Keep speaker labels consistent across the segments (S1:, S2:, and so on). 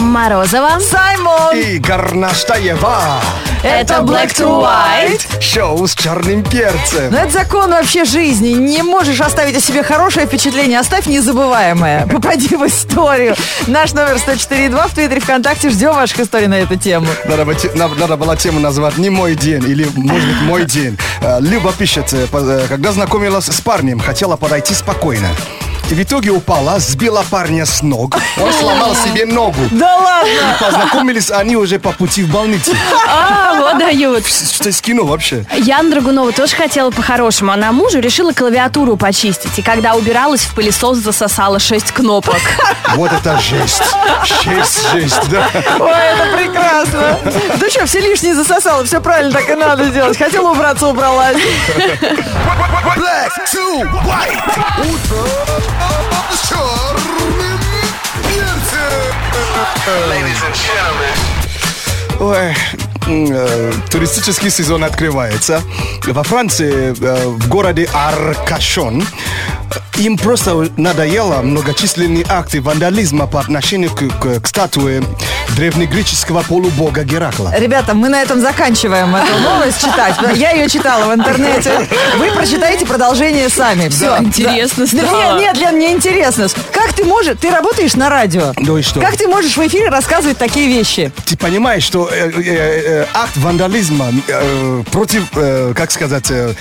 S1: Морозова.
S2: Саймон!
S3: И Горнаштаева.
S1: Это Black to White.
S3: Шоу с черным перцем.
S2: Но это закон вообще жизни. Не можешь оставить о себе хорошее впечатление, оставь незабываемое. Попади в историю. Наш номер 104.2 в Твиттере ВКонтакте. Ждем ваших историй на эту тему.
S3: Надо, бы те- на- надо было тему назвать «Не мой день» или, может быть, «Мой день». Э, Люба пишет, э, по- э, когда знакомилась с парнем, хотела подойти спокойно. И в итоге упала, сбила парня с ног. Он сломал себе ногу.
S2: Да ладно!
S3: И познакомились они уже по пути в больницу.
S1: А, вот дают.
S3: Что из кино вообще?
S1: Яна Драгунова тоже хотела по-хорошему. Она мужу решила клавиатуру почистить. И когда убиралась, в пылесос засосала шесть кнопок.
S3: Вот это жесть. Жесть, жесть, да.
S2: Ой, это прекрасно. Да что, все лишнее засосало, все правильно так и надо делать. Хотела убраться, убралась.
S3: Black to white. Утро с черным перцем. Ой, м, э, туристический сезон открывается. Во Франции, э, в городе Аркашон, э, им просто надоело многочисленные акты вандализма по отношению к, к- к статуе древнегреческого полубога Геракла.
S2: Ребята, мы на этом заканчиваем эту новость читать. Я ее читала в интернете. Вы прочитаете продолжение сами. Все.
S1: Интересно стало.
S2: Нет, нет, Лен, мне интересно. Как ты можешь... Ты работаешь на радио.
S3: Да и что?
S2: Как ты можешь в эфире рассказывать такие вещи?
S3: Ты понимаешь, что э, э, э, акт вандализма э, против, э, как сказать, э,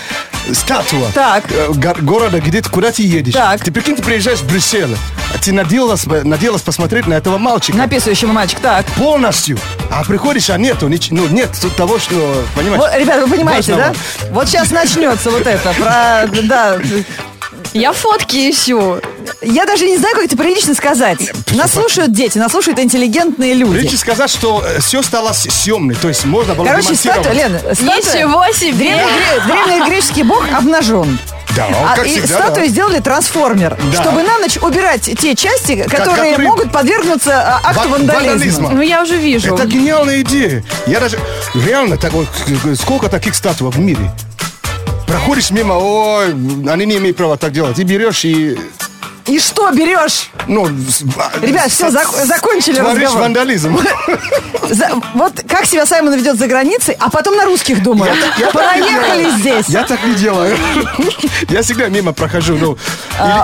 S3: статуа
S2: Так.
S3: э, го- города, где ты, куда ты едешь.
S2: Так.
S3: Ты прикинь, ты приезжаешь в Брюссель, а ты надеялась, э, надеялась посмотреть на этого мальчика
S2: Написывающему мальчик. Так.
S3: полностью, а приходишь, а нету, нич- ну нет того, что, понимаешь.
S2: Вот, ребята, вы понимаете, да?
S3: Важного.
S2: Вот сейчас начнется вот это. Про, да.
S1: Я фотки ищу.
S2: Я даже не знаю, как это прилично сказать. Нас слушают дети, нас слушают интеллигентные люди.
S3: Лучше сказать, что все стало с- съемной, то есть можно было
S2: Короче,
S3: демонтировать.
S2: статуя, Лен, статуя.
S1: Ничего себе!
S2: Древнегре- Древнегреческий бог обнажен.
S3: Да,
S2: А,
S3: Ну, как
S2: и
S3: всегда, да.
S2: статую сделали трансформер,
S3: Да.
S2: чтобы на ночь убирать те части, которые,
S3: которые-
S2: могут подвергнуться а, акту
S3: Ван-
S2: вандализма.
S3: вандализма.
S1: Ну, я уже вижу.
S3: Это гениальная идея. Я даже... Реально, так, вот, сколько таких статуй в мире? Проходишь мимо, ой, они не имеют права так делать. И берешь и...
S2: И что берешь?
S3: Ну, с- а,
S2: Ребят, все,
S3: с-
S2: зак- закончили
S3: Творишь
S2: разговор.
S3: вандализм.
S2: За- вот как себя Саймон ведет за границей, а потом на русских думает. Проехали здесь.
S3: Я так не делаю. Я всегда мимо прохожу. Ну,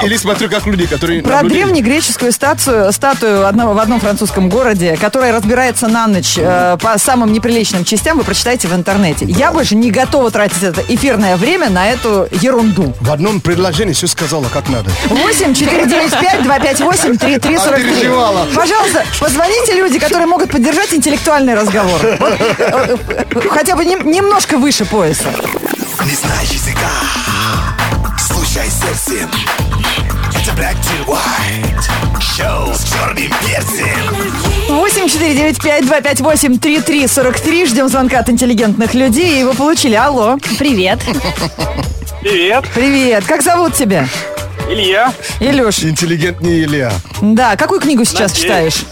S3: или, или смотрю, как люди, которые...
S2: А, Про
S3: наблюдают.
S2: древнегреческую статую, статую одного, в одном французском городе, которая разбирается на ночь э, по самым неприличным частям, вы прочитаете в интернете. Я больше не готова тратить это эфирное время на эту ерунду.
S3: В одном предложении все сказала, как надо.
S2: 8 495 258 3343.
S3: Опереживала.
S2: Пожалуйста, позвоните люди, которые могут поддержать интеллектуальный разговор. Вот, э, э, Хотя бы нем- немножко выше пояса.
S4: Не знаешь языка Слушай сердцем Это Black to White Шоу с черным перцем
S2: 8495-258-3343. Ждем звонка от интеллигентных людей. Его получили. Алло.
S1: Привет.
S5: Привет,
S2: Привет. Как зовут тебя?
S5: Илья.
S2: Илюш.
S3: Интеллигентнее Илья.
S2: Да, какую книгу сейчас
S5: Надеюсь.
S2: читаешь?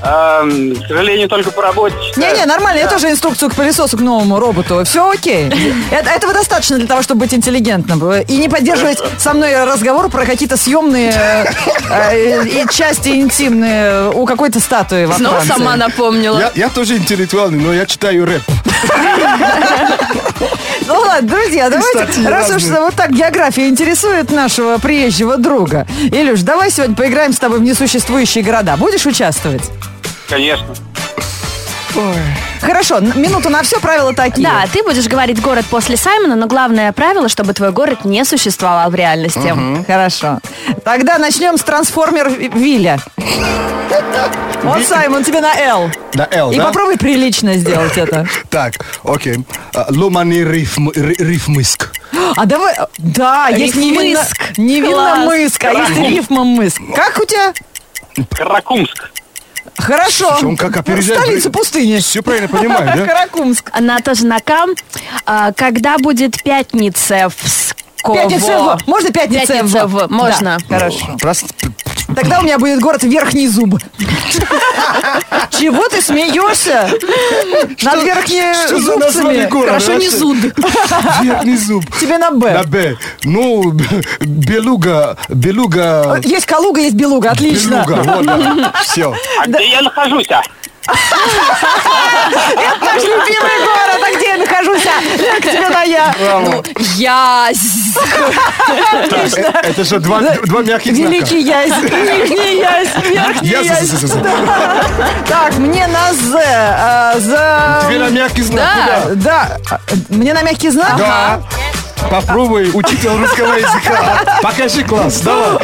S5: Эм, к сожалению, только по работе. читаю.
S1: Э,
S2: Не-не, нормально, я тоже инструкцию к пылесосу, к новому роботу. Все окей. Это- этого достаточно для того, чтобы быть интеллигентным. И не поддерживать со мной разговор про какие-то съемные э, э, и части интимные у какой-то статуи во
S1: Снова
S2: Франции.
S1: сама напомнила.
S3: Я, я тоже интеллектуальный, но я читаю рэп.
S2: Ну ладно, друзья,
S3: статьи
S2: давайте, раз уж
S3: разные.
S2: вот так география интересует нашего приезжего друга. Илюш, давай сегодня поиграем с тобой в несуществующие города. Будешь участвовать?
S5: Конечно.
S2: Хорошо, н- минуту на все, правила такие.
S1: Да, ты будешь говорить город после Саймона, но главное правило, чтобы твой город не существовал в реальности.
S2: Хорошо. Тогда начнем с трансформер Ви- Вилля. Вот, Саймон, тебе на Л.
S3: На L,
S2: И
S3: да?
S2: попробуй прилично сделать это.
S3: Так, окей. А, Ломаный рифм, ри- рифмыск.
S2: А давай... Да, есть невинно...
S1: Рифмыск.
S2: Невинно
S1: Класс.
S2: мыск, а есть рифма мыск. Как у тебя?
S5: Каракумск.
S2: Хорошо. Ну,
S3: Он как опережает.
S2: Столица пустыни.
S3: Все правильно понимаю, да?
S2: Каракумск.
S1: Она тоже на кам. А, когда будет пятница в Псково?
S2: Пятница в. Можно пятница
S1: Пятница
S2: в?
S1: в. Можно.
S2: Да, Хорошо.
S3: Просто
S2: Тогда у меня будет город Верхний Зуб. Чего ты смеешься? Над
S3: что
S2: верхними
S3: за название
S2: зубцами.
S3: города
S1: Хорошо, не
S3: вообще?
S1: зуд.
S3: Верхний зуб.
S2: Тебе на
S3: На
S2: Б.
S3: Б. Ну, белуга, белуга,
S2: Есть Калуга, есть Белуга. Отлично.
S3: белуга. Вот, да. Все.
S5: А где я нахожусь, а?
S2: Наш любимый город, а где я нахожусь? а? Лёль, к тебе на я.
S1: Ну, я...
S3: Э, Это же два, два мягких знака.
S2: Великий ясь, нижний ясь, верхний
S3: Я
S2: ясь.
S3: за- за- за- за.
S2: Так, мне на З. э,
S3: Тебе
S2: За...
S3: на мягкий знак.
S2: Да, да. А, Мне на мягкий знак?
S3: Да. Попробуй, учитель русского языка. Покажи класс, давай.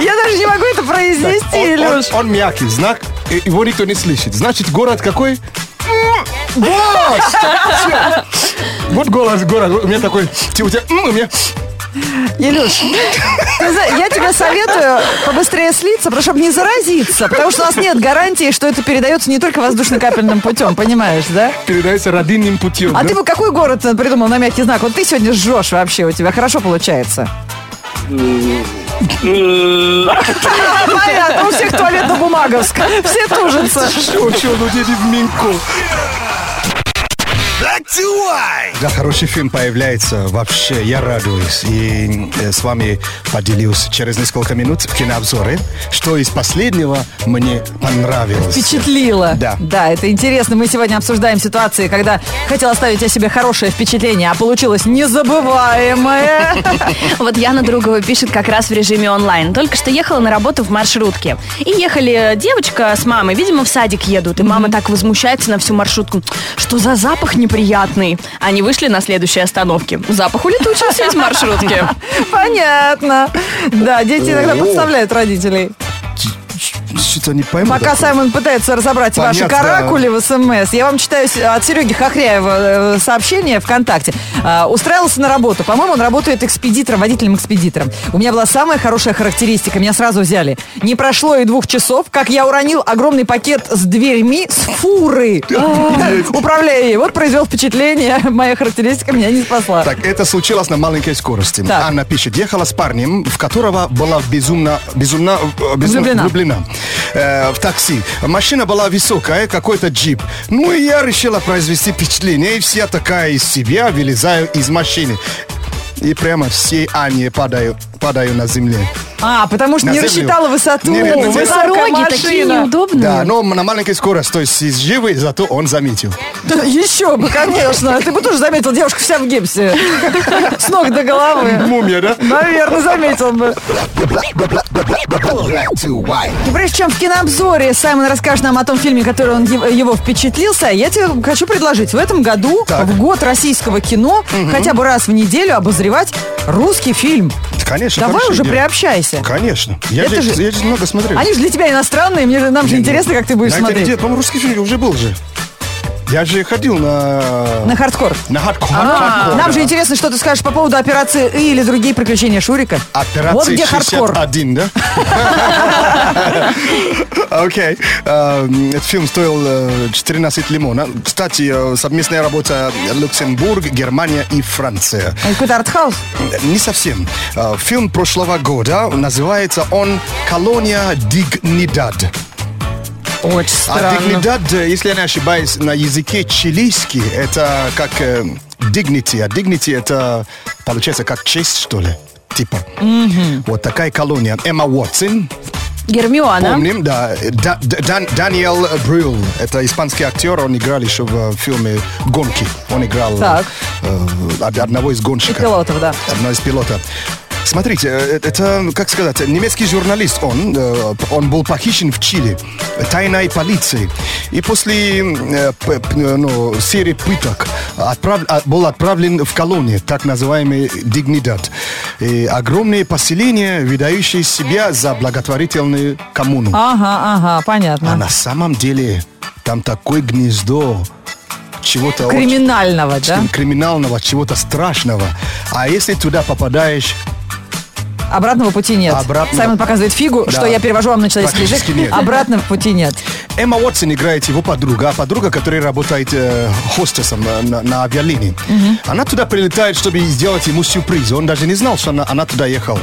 S2: Я даже не могу это произнести,
S3: Он, он-
S2: Илюш.
S3: он мягкий знак, и его никто не слышит. Значит, город какой? М, Вот! Всё. Вот голос город. У меня такой, ти- у тебя, м, у меня...
S2: Илюш, ты за- я тебе советую побыстрее слиться, потому чтобы не заразиться. Потому что у нас нет гарантии, что это передается не только воздушно-капельным путем, понимаешь, да?
S3: передается родинным путем.
S2: А
S3: да?
S2: ты бы какой город э, придумал на мягкий знак? Вот ты сегодня жжешь вообще, у тебя хорошо получается.
S5: М,
S2: Понятно, у всех туалетно-бумаговск. Все тужатся.
S3: Чё, чё, ну дети в Минку.
S4: Black to white.
S3: Да, хороший фильм появляется вообще, я радуюсь. И э, с вами поделюсь через несколько минут в кинообзоре, что из последнего мне понравилось.
S2: Впечатлило.
S3: Да.
S2: Да, это интересно. Мы сегодня обсуждаем ситуации, когда хотел оставить о себе хорошее впечатление, а получилось незабываемое.
S1: Вот Яна Другова пишет как раз в режиме онлайн. Только что ехала на работу в маршрутке. И ехали э, девочка с мамой, видимо, в садик едут. И мама так возмущается на всю маршрутку. Что за запах неприятный? Они вышли на следующей остановке. Запах улетучился из маршрутки.
S2: Понятно. Да, дети иногда
S3: О.
S2: подставляют родителей.
S3: Что-то не пойму.
S2: Пока
S3: такое.
S2: Саймон пытается разобрать ваши
S3: Понятно.
S2: каракули в СМС, я вам читаю с- от Сереги Хохряева э, сообщение ВКонтакте. А, Устраивался на работу. По-моему, он работает экспедитором, водителем-экспедитором. У меня была самая хорошая характеристика. Меня сразу взяли. Не прошло и двух часов, как я уронил огромный пакет с дверьми с фуры. Управляя ей. Вот произвел впечатление. Моя характеристика меня не спасла.
S3: Так, это случилось на маленькой скорости.
S2: Так.
S3: Анна пишет, ехала с парнем, в которого была безумно, безумно, э, безумно
S2: Влюблена.
S3: Э, в такси. Машина была высокая, какой-то джип. Ну и я решила произвести впечатление, и вся такая из себя, вылезаю из машины. И прямо всей Анне падаю, падаю на земле.
S2: А, потому что
S3: На
S2: не
S3: землю.
S2: рассчитала высоту.
S3: Не, не, не, не.
S2: Высокая
S1: Дороги такие
S2: машина.
S1: неудобные.
S3: Да, но на маленькой скорости, то есть из живы, зато он заметил.
S2: Да еще бы, конечно. Ты бы тоже заметил, девушка вся в гипсе. С ног до головы.
S3: Мумия, да?
S2: Наверное, заметил бы.
S4: Black to white.
S2: И прежде чем в кинообзоре Саймон расскажет нам о том фильме, который он ев- его впечатлился, я тебе хочу предложить в этом году,
S3: Так.
S2: в год российского кино, хотя бы раз в неделю обозревать русский фильм.
S3: Конечно.
S2: Давай
S3: хорошая
S2: уже
S3: идея.
S2: приобщайся.
S3: Конечно. Я
S2: Это
S3: же,
S2: же-
S3: я же много смотрю.
S2: Они же для тебя иностранные, мне же, нам же интересно, как ты будешь
S3: На этой неделе,
S2: смотреть.
S3: по-моему, русский фильм уже был же. Я же ходил на...
S2: На хардкор.
S3: на хардкор.
S2: А,
S3: Хардкор,
S2: Нам
S3: да.
S2: же интересно, что ты скажешь по поводу операции «И» или другие приключения Шурика.
S3: Операция
S2: вот где хардкор.
S3: 61, да? Окей. Эм, Этот фильм стоил э, 14 лимона. Кстати, э, совместная работа Люксембург, Германия и Франция.
S2: Какой-то артхаус.
S3: Не совсем. Э, Фильм прошлого года называется он «Колония Дигнидад».
S2: Очень
S3: А
S2: странно.
S3: дигнидад, э, если я не ошибаюсь, на языке чилийский, это как э, dignity, а dignity это получается как честь, что ли, типа. Вот такая колония. Эмма Уотсон,
S1: Гермиона.
S3: помним, да. э, Да- Д- Дан- Даниэл Брюл, это испанский актер, он играл еще в э, фильме «Гонки». Он играл э,
S2: Так.
S3: э, од- одного из гонщиков.
S2: И пилотов, да.
S3: Одного из пилотов. Смотрите, э, это, как сказать, немецкий журналист, он, э, он был похищен в Чили тайной полицией. И после э, п- п- э, ну, серии пыток отправ- а, был отправлен в колонию, так называемый Дигнидад. И огромные поселения, выдающие себя за благотворительную коммуну.
S2: А. Ага, ага, понятно.
S3: А на самом деле там такое гнездо чего-то очень-
S2: Криминального, да?
S3: криминального, чего-то страшного. А если туда попадаешь,
S2: Обратного пути нет.
S3: Обратно-
S2: Саймон показывает фигу,
S3: Да.
S2: что я перевожу вам на человеческий
S3: Практически
S2: язык.
S3: нет.
S2: Обратного пути нет.
S3: Эмма Уотсон играет его подруга, а подруга, которая работает э, хостесом э, на, на авиалинии. Она туда прилетает, чтобы сделать ему сюрприз. Он даже не знал, что она, она туда ехала.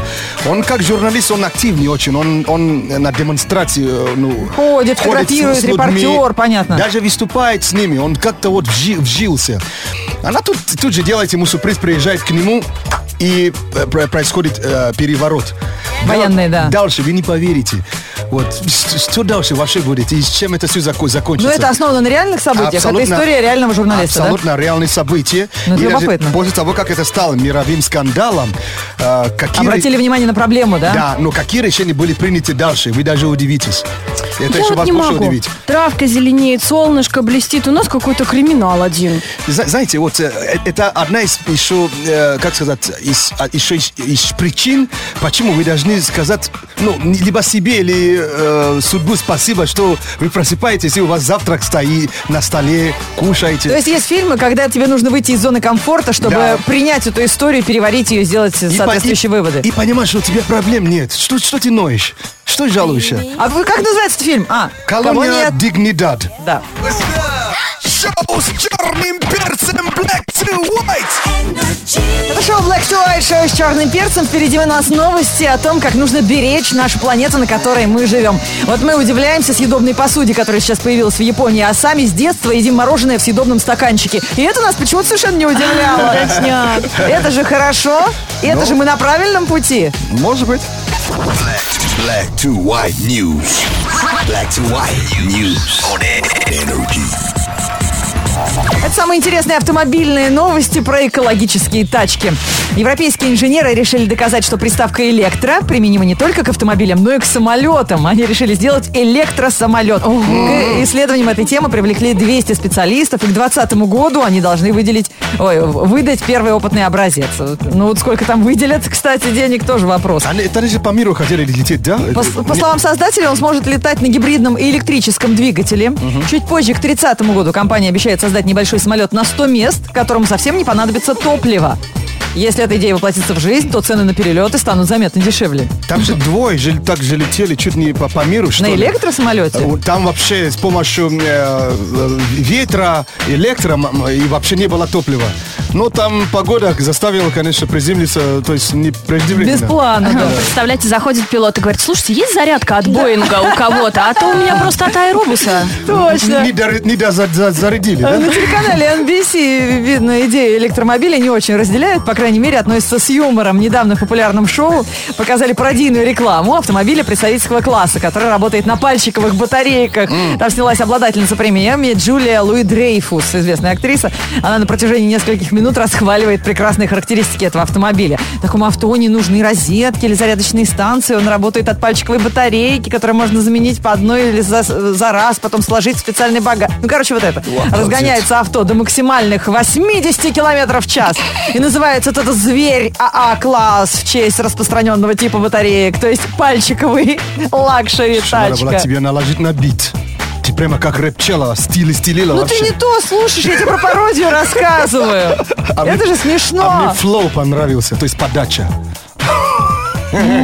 S3: Он как журналист, он активный очень. Он, он на демонстрации э, ну,
S2: Ходит, фотографирует, репортер, понятно.
S3: Даже выступает с ними. Он как-то вот вжи- вжился. Она тут, тут же делает ему сюрприз, приезжает к нему и э, про- происходит э, переворот.
S2: Военный, да.
S3: Дальше, вы не поверите. Вот, что, что дальше вообще будет и с чем это все закончится?
S2: Но Ну, это основано на реальных событиях. Это
S3: Абсолютно-
S2: история реального журналиста, да?
S3: Абсолютно реальные события.
S2: Ну, это
S3: И даже
S2: любопытно.
S3: после того, как это стало мировым скандалом, э, какие...
S2: Обратили внимание на проблему, да?
S3: Да, но какие решения были приняты дальше, вы даже удивитесь. Это
S1: Я
S3: еще
S1: вот
S3: вас
S1: не
S3: больше
S1: могу.
S3: удивит.
S1: Травка зеленеет, солнышко блестит. У нас какой-то криминал один.
S3: Зна- Знаете, вот э, э, это одна из еще, э, как сказать, из, а, еще из, из причин, почему вы должны сказать, ну, не- либо себе или э, судьбу спасибо, что вы просыпаетесь, и у вас завтрак стоит на столе, кушаете.
S2: То есть есть фильмы, когда тебе нужно выйти из зоны комфорта, чтобы
S3: Да.
S2: принять эту историю, переварить ее, сделать
S3: И по-
S2: соответствующие
S3: и-
S2: выводы.
S3: И понимаешь, что у тебя проблем нет. Что, что ты ноешь? Что жалуешься?
S2: А вы как называется этот фильм? А, кого
S3: Колония
S2: нет?
S3: Дигнидад.
S2: Да.
S4: Шоу с черным перцем Black to White.
S2: Это шоу Black to White, шоу с черным перцем. Впереди у нас новости о том, как нужно беречь нашу планету, на которой мы живем. Вот мы удивляемся съедобной посуде, которая сейчас появилась в Японии, а сами с детства едим мороженое в съедобном стаканчике. И это нас почему-то совершенно не удивляло. Это же хорошо. И это же мы на правильном пути.
S3: Может быть.
S4: Black, black to white news. Black to white news on energy.
S2: Это самые интересные автомобильные новости про экологические тачки. Европейские инженеры решили доказать, что приставка «электро» применима не только к автомобилям, но и к самолетам. Они решили сделать электросамолет. К исследованиям этой темы привлекли 200 специалистов, и к 2020 году они должны выделить, ой, выдать первый опытный образец. Ну вот сколько там выделят, кстати, денег, тоже вопрос.
S3: Они, это они же по миру хотели лететь, да?
S2: По, по словам создателя, он сможет летать на гибридном и электрическом двигателе. Чуть позже, к 30 году, компания обещает создать небольшой самолет на 100 мест, которому совсем не понадобится топливо. Если эта идея воплотится в жизнь, то цены на перелеты станут заметно дешевле.
S3: Там же двое же, так же летели чуть не по, по миру, что
S2: на
S3: ли.
S2: электросамолете?
S3: Вот Там вообще с помощью э, э, ветра, электро м- м- и вообще не было топлива. Но там погода заставила, конечно, приземлиться, то есть не преждевременно.
S2: Без плана, да.
S1: Представляете, заходит пилот и говорит, слушайте, есть зарядка от Боинга у кого-то, а то у меня просто от аэробуса.
S2: Точно.
S3: Не, дор- не доза- за- зарядили, да?
S2: Э, На телеканале NBC, видно, идею электромобилей не очень разделяют, по крайней мере, относятся с юмором. Недавно в популярном шоу показали пародийную рекламу автомобиля представительского класса, который работает на пальчиковых батарейках. Там снялась обладательница премии Эмми Джулия Луи Дрейфус, известная актриса. Она на протяжении нескольких минут расхваливает прекрасные характеристики этого автомобиля. Такому авто не нужны розетки или зарядочные станции. Он работает от пальчиковой батарейки, которую можно заменить по одной или за, за раз, потом сложить в специальный багаж. Ну, короче, вот это. Разгоняется авто до максимальных 80 километров в час. И называется вот этот зверь АА-класс в честь распространенного типа батареек. То есть пальчиковый лакшери
S3: Надо было
S2: тачка.
S3: тебе наложить на бит. Ты прямо как рэпчела, стили стилила
S2: Ну
S3: вообще.
S2: ты не то слушаешь, я тебе про пародию рассказываю.
S3: А
S2: Это
S3: мне-
S2: же
S3: А
S2: смешно.
S3: мне флоу понравился, то есть подача.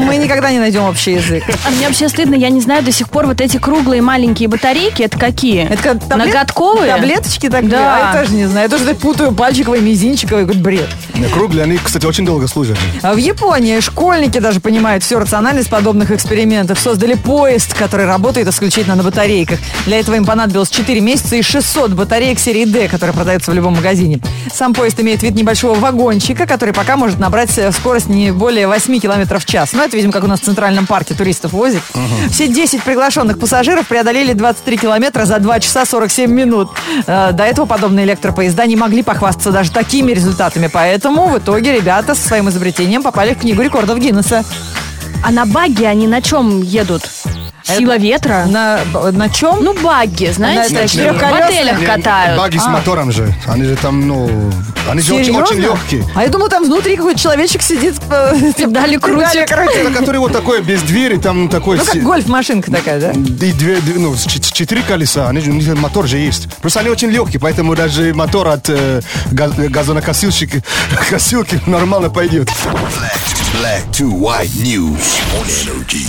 S2: Мы никогда не найдем общий язык.
S1: А мне вообще стыдно, я не знаю до сих пор вот эти круглые маленькие батарейки, это какие?
S2: Это как таблет-
S1: Ноготковые?
S2: Таблеточки так
S1: Да.
S2: А я тоже не знаю. Я тоже так путаю пальчиковый, мизинчиковый. Говорит, бред.
S3: Круглые, они, кстати, очень долго служат.
S2: А В Японии школьники даже понимают всю рациональность подобных экспериментов. Создали поезд, который работает исключительно на батарейках. Для этого им понадобилось 4 месяца и 600 батареек серии D, которые продаются в любом магазине. Сам поезд имеет вид небольшого вагончика, который пока может набрать э, скорость не более 8 километров в час. Ну, это, видимо, как у нас в Центральном парке туристов возят. Все 10 приглашенных пассажиров преодолели 23 километра за 2 часа 47 минут. Э, До этого подобные электропоезда не могли похвастаться даже такими результатами, поэтому в итоге ребята со своим изобретением попали в книгу рекордов Гиннесса.
S1: А на багги они на чем едут? Сила ветра?
S2: На, на чем?
S1: Ну, багги, знаете,
S2: На-
S1: такие
S2: на
S1: в
S2: четырехколесные?
S1: отелях
S3: Не,
S1: катают.
S3: Баги с
S2: А.
S3: мотором же. Они же там, ну... Они же очень, очень легкие.
S2: А я думала, там внутри какой-то человечек сидит, э,
S1: Педали крутит.
S3: Это который вот такой без двери, там такой...
S2: Ну, как
S3: си-
S2: гольф-машинка такая, да?
S3: И две, две- ну, с чет- с четыре колеса, они же, у них мотор же есть. Просто они очень легкие, поэтому даже мотор от э, газ- газонокосилщика- косилки нормально пойдет.
S4: Black, black to white news on energy.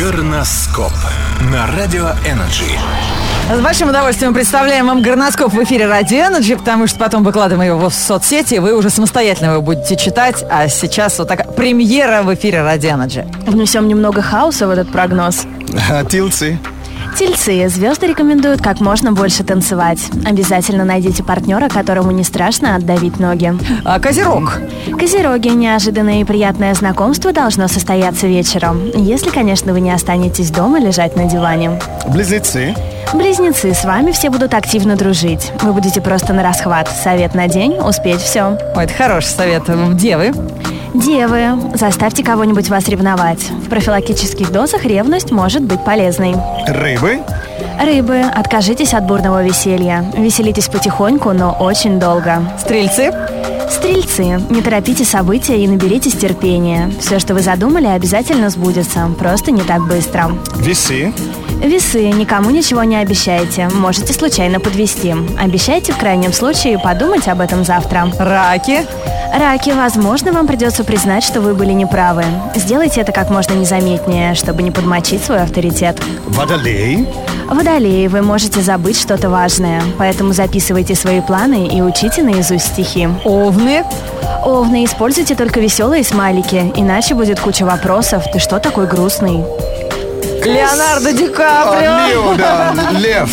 S6: Горноскоп на Радио Энерджи.
S2: С большим удовольствием представляем вам горноскоп в эфире Радио Energy, потому что потом выкладываем его в соцсети, и вы уже самостоятельно его будете читать. А сейчас вот такая премьера в эфире Радио Energy.
S1: Внесем немного хаоса в этот прогноз.
S3: Э, Тилцы.
S1: Тельцы, звезды рекомендуют как можно больше танцевать. Обязательно найдите партнера, которому не страшно отдавить ноги.
S2: А, Козерог.
S1: Козероги, неожиданное и приятное знакомство должно состояться вечером. Если, конечно, вы не останетесь дома лежать на диване.
S3: Близнецы.
S1: Близнецы, с вами все будут активно дружить. Вы будете просто на расхват. Совет на день, успеть все.
S2: Ой, это хороший совет. Девы.
S1: Девы, заставьте кого-нибудь вас ревновать. В профилактических дозах ревность может быть полезной.
S3: Рыбы.
S1: Рыбы, откажитесь от бурного веселья. Веселитесь потихоньку, но очень долго.
S2: Стрельцы.
S1: Стрельцы, не торопите события и наберитесь терпения. Все, что вы задумали, обязательно сбудется. Просто не так быстро.
S3: Весы.
S1: Весы, никому ничего не обещайте. Можете случайно подвести. Обещайте в крайнем случае подумать об этом завтра.
S2: Раки.
S1: Раки, возможно, вам придется признать, что вы были неправы. Сделайте это как можно незаметнее, чтобы не подмочить свой авторитет.
S3: Водолей.
S1: Водолеи, вы можете забыть что-то важное, поэтому записывайте свои планы и учите наизусть стихи.
S2: Овны.
S1: Овны, используйте только веселые смайлики, иначе будет куча вопросов. Ты что такой грустный?
S2: Леонардо Ди
S3: А,
S2: Каприо.
S3: Лев, да, Лев.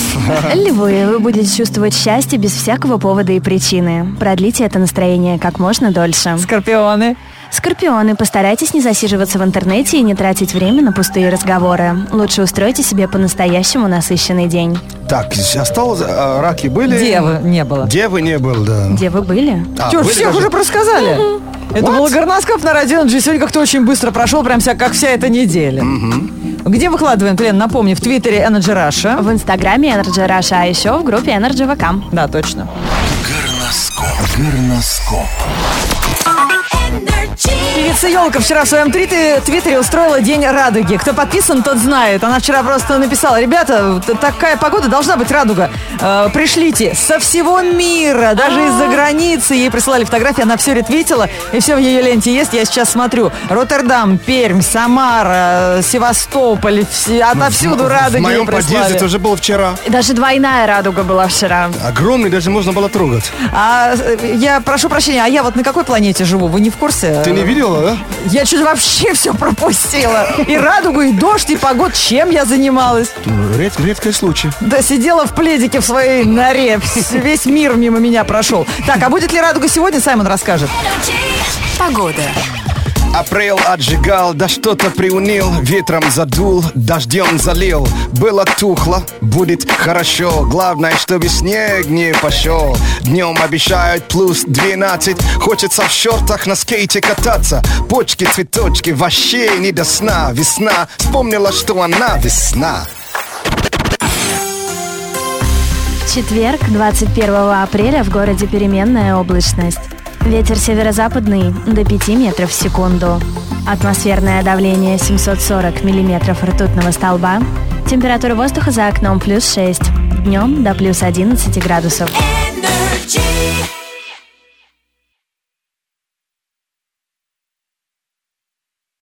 S1: Львы, вы будете чувствовать счастье без всякого повода и причины. Продлите это настроение как можно дольше.
S2: Скорпионы.
S1: Скорпионы, постарайтесь не засиживаться в интернете и не тратить время на пустые разговоры. Лучше устройте себе по-настоящему насыщенный день.
S3: Так, осталось, а, раки были.
S2: Девы не было.
S3: Девы не был, да.
S1: Где вы были?
S3: А,
S2: Чё,
S3: были
S2: всех
S3: даже-
S2: уже просказали. Это
S3: What?
S2: был горноскоп на радио. Он же сегодня как-то очень быстро прошел, прям вся, как вся эта неделя. Где выкладываем, Лен, напомни, в Твиттере Energy Russia.
S1: В инстаграме Energy Russia, а еще в группе Energy ВК.
S2: Да, точно.
S6: Горноскоп. Горноскоп.
S2: Певица Елка вчера в своем твите- твиттере устроила День радуги. Кто подписан, тот знает. Она вчера просто написала, ребята, т- такая погода, должна быть радуга. Э, пришлите со всего мира, даже из-за границы. Ей присылали фотографии, она все ретвитила, и все в ее ленте есть. Я сейчас смотрю. Роттердам, Пермь, Самара, э, Севастополь, все- отовсюду радуги
S3: Ну, В моем
S2: ей прислали.
S3: подъезде тоже был вчера.
S1: И Даже двойная радуга была вчера.
S3: Огромный, даже можно было трогать.
S2: А, э, я прошу прощения, а я вот на какой планете живу? Вы не в курсе?
S3: Ты не видела, да?
S2: Я чуть вообще все пропустила. И радугу, и дождь, и погод. Чем я занималась?
S3: Ну, ред- редкий случай.
S2: Да сидела в пледике в своей норе. Вс- Весь мир мимо меня прошел. Так, а будет ли радуга сегодня, Саймон расскажет.
S3: Апрель отжигал, да что-то приунил Ветром задул, дождем залил Было тухло, будет хорошо Главное, чтобы снег не пошел Днем обещают плюс 12 Хочется в шортах на скейте кататься Почки, цветочки, вообще не до сна Весна вспомнила, что она весна
S1: В четверг, 21 апреля, в городе переменная облачность. Ветер северо-западный до 5 метров в секунду. Атмосферное давление 740 миллиметров ртутного столба. Температура воздуха за окном плюс 6. Днем до плюс 11 градусов.
S7: Energy.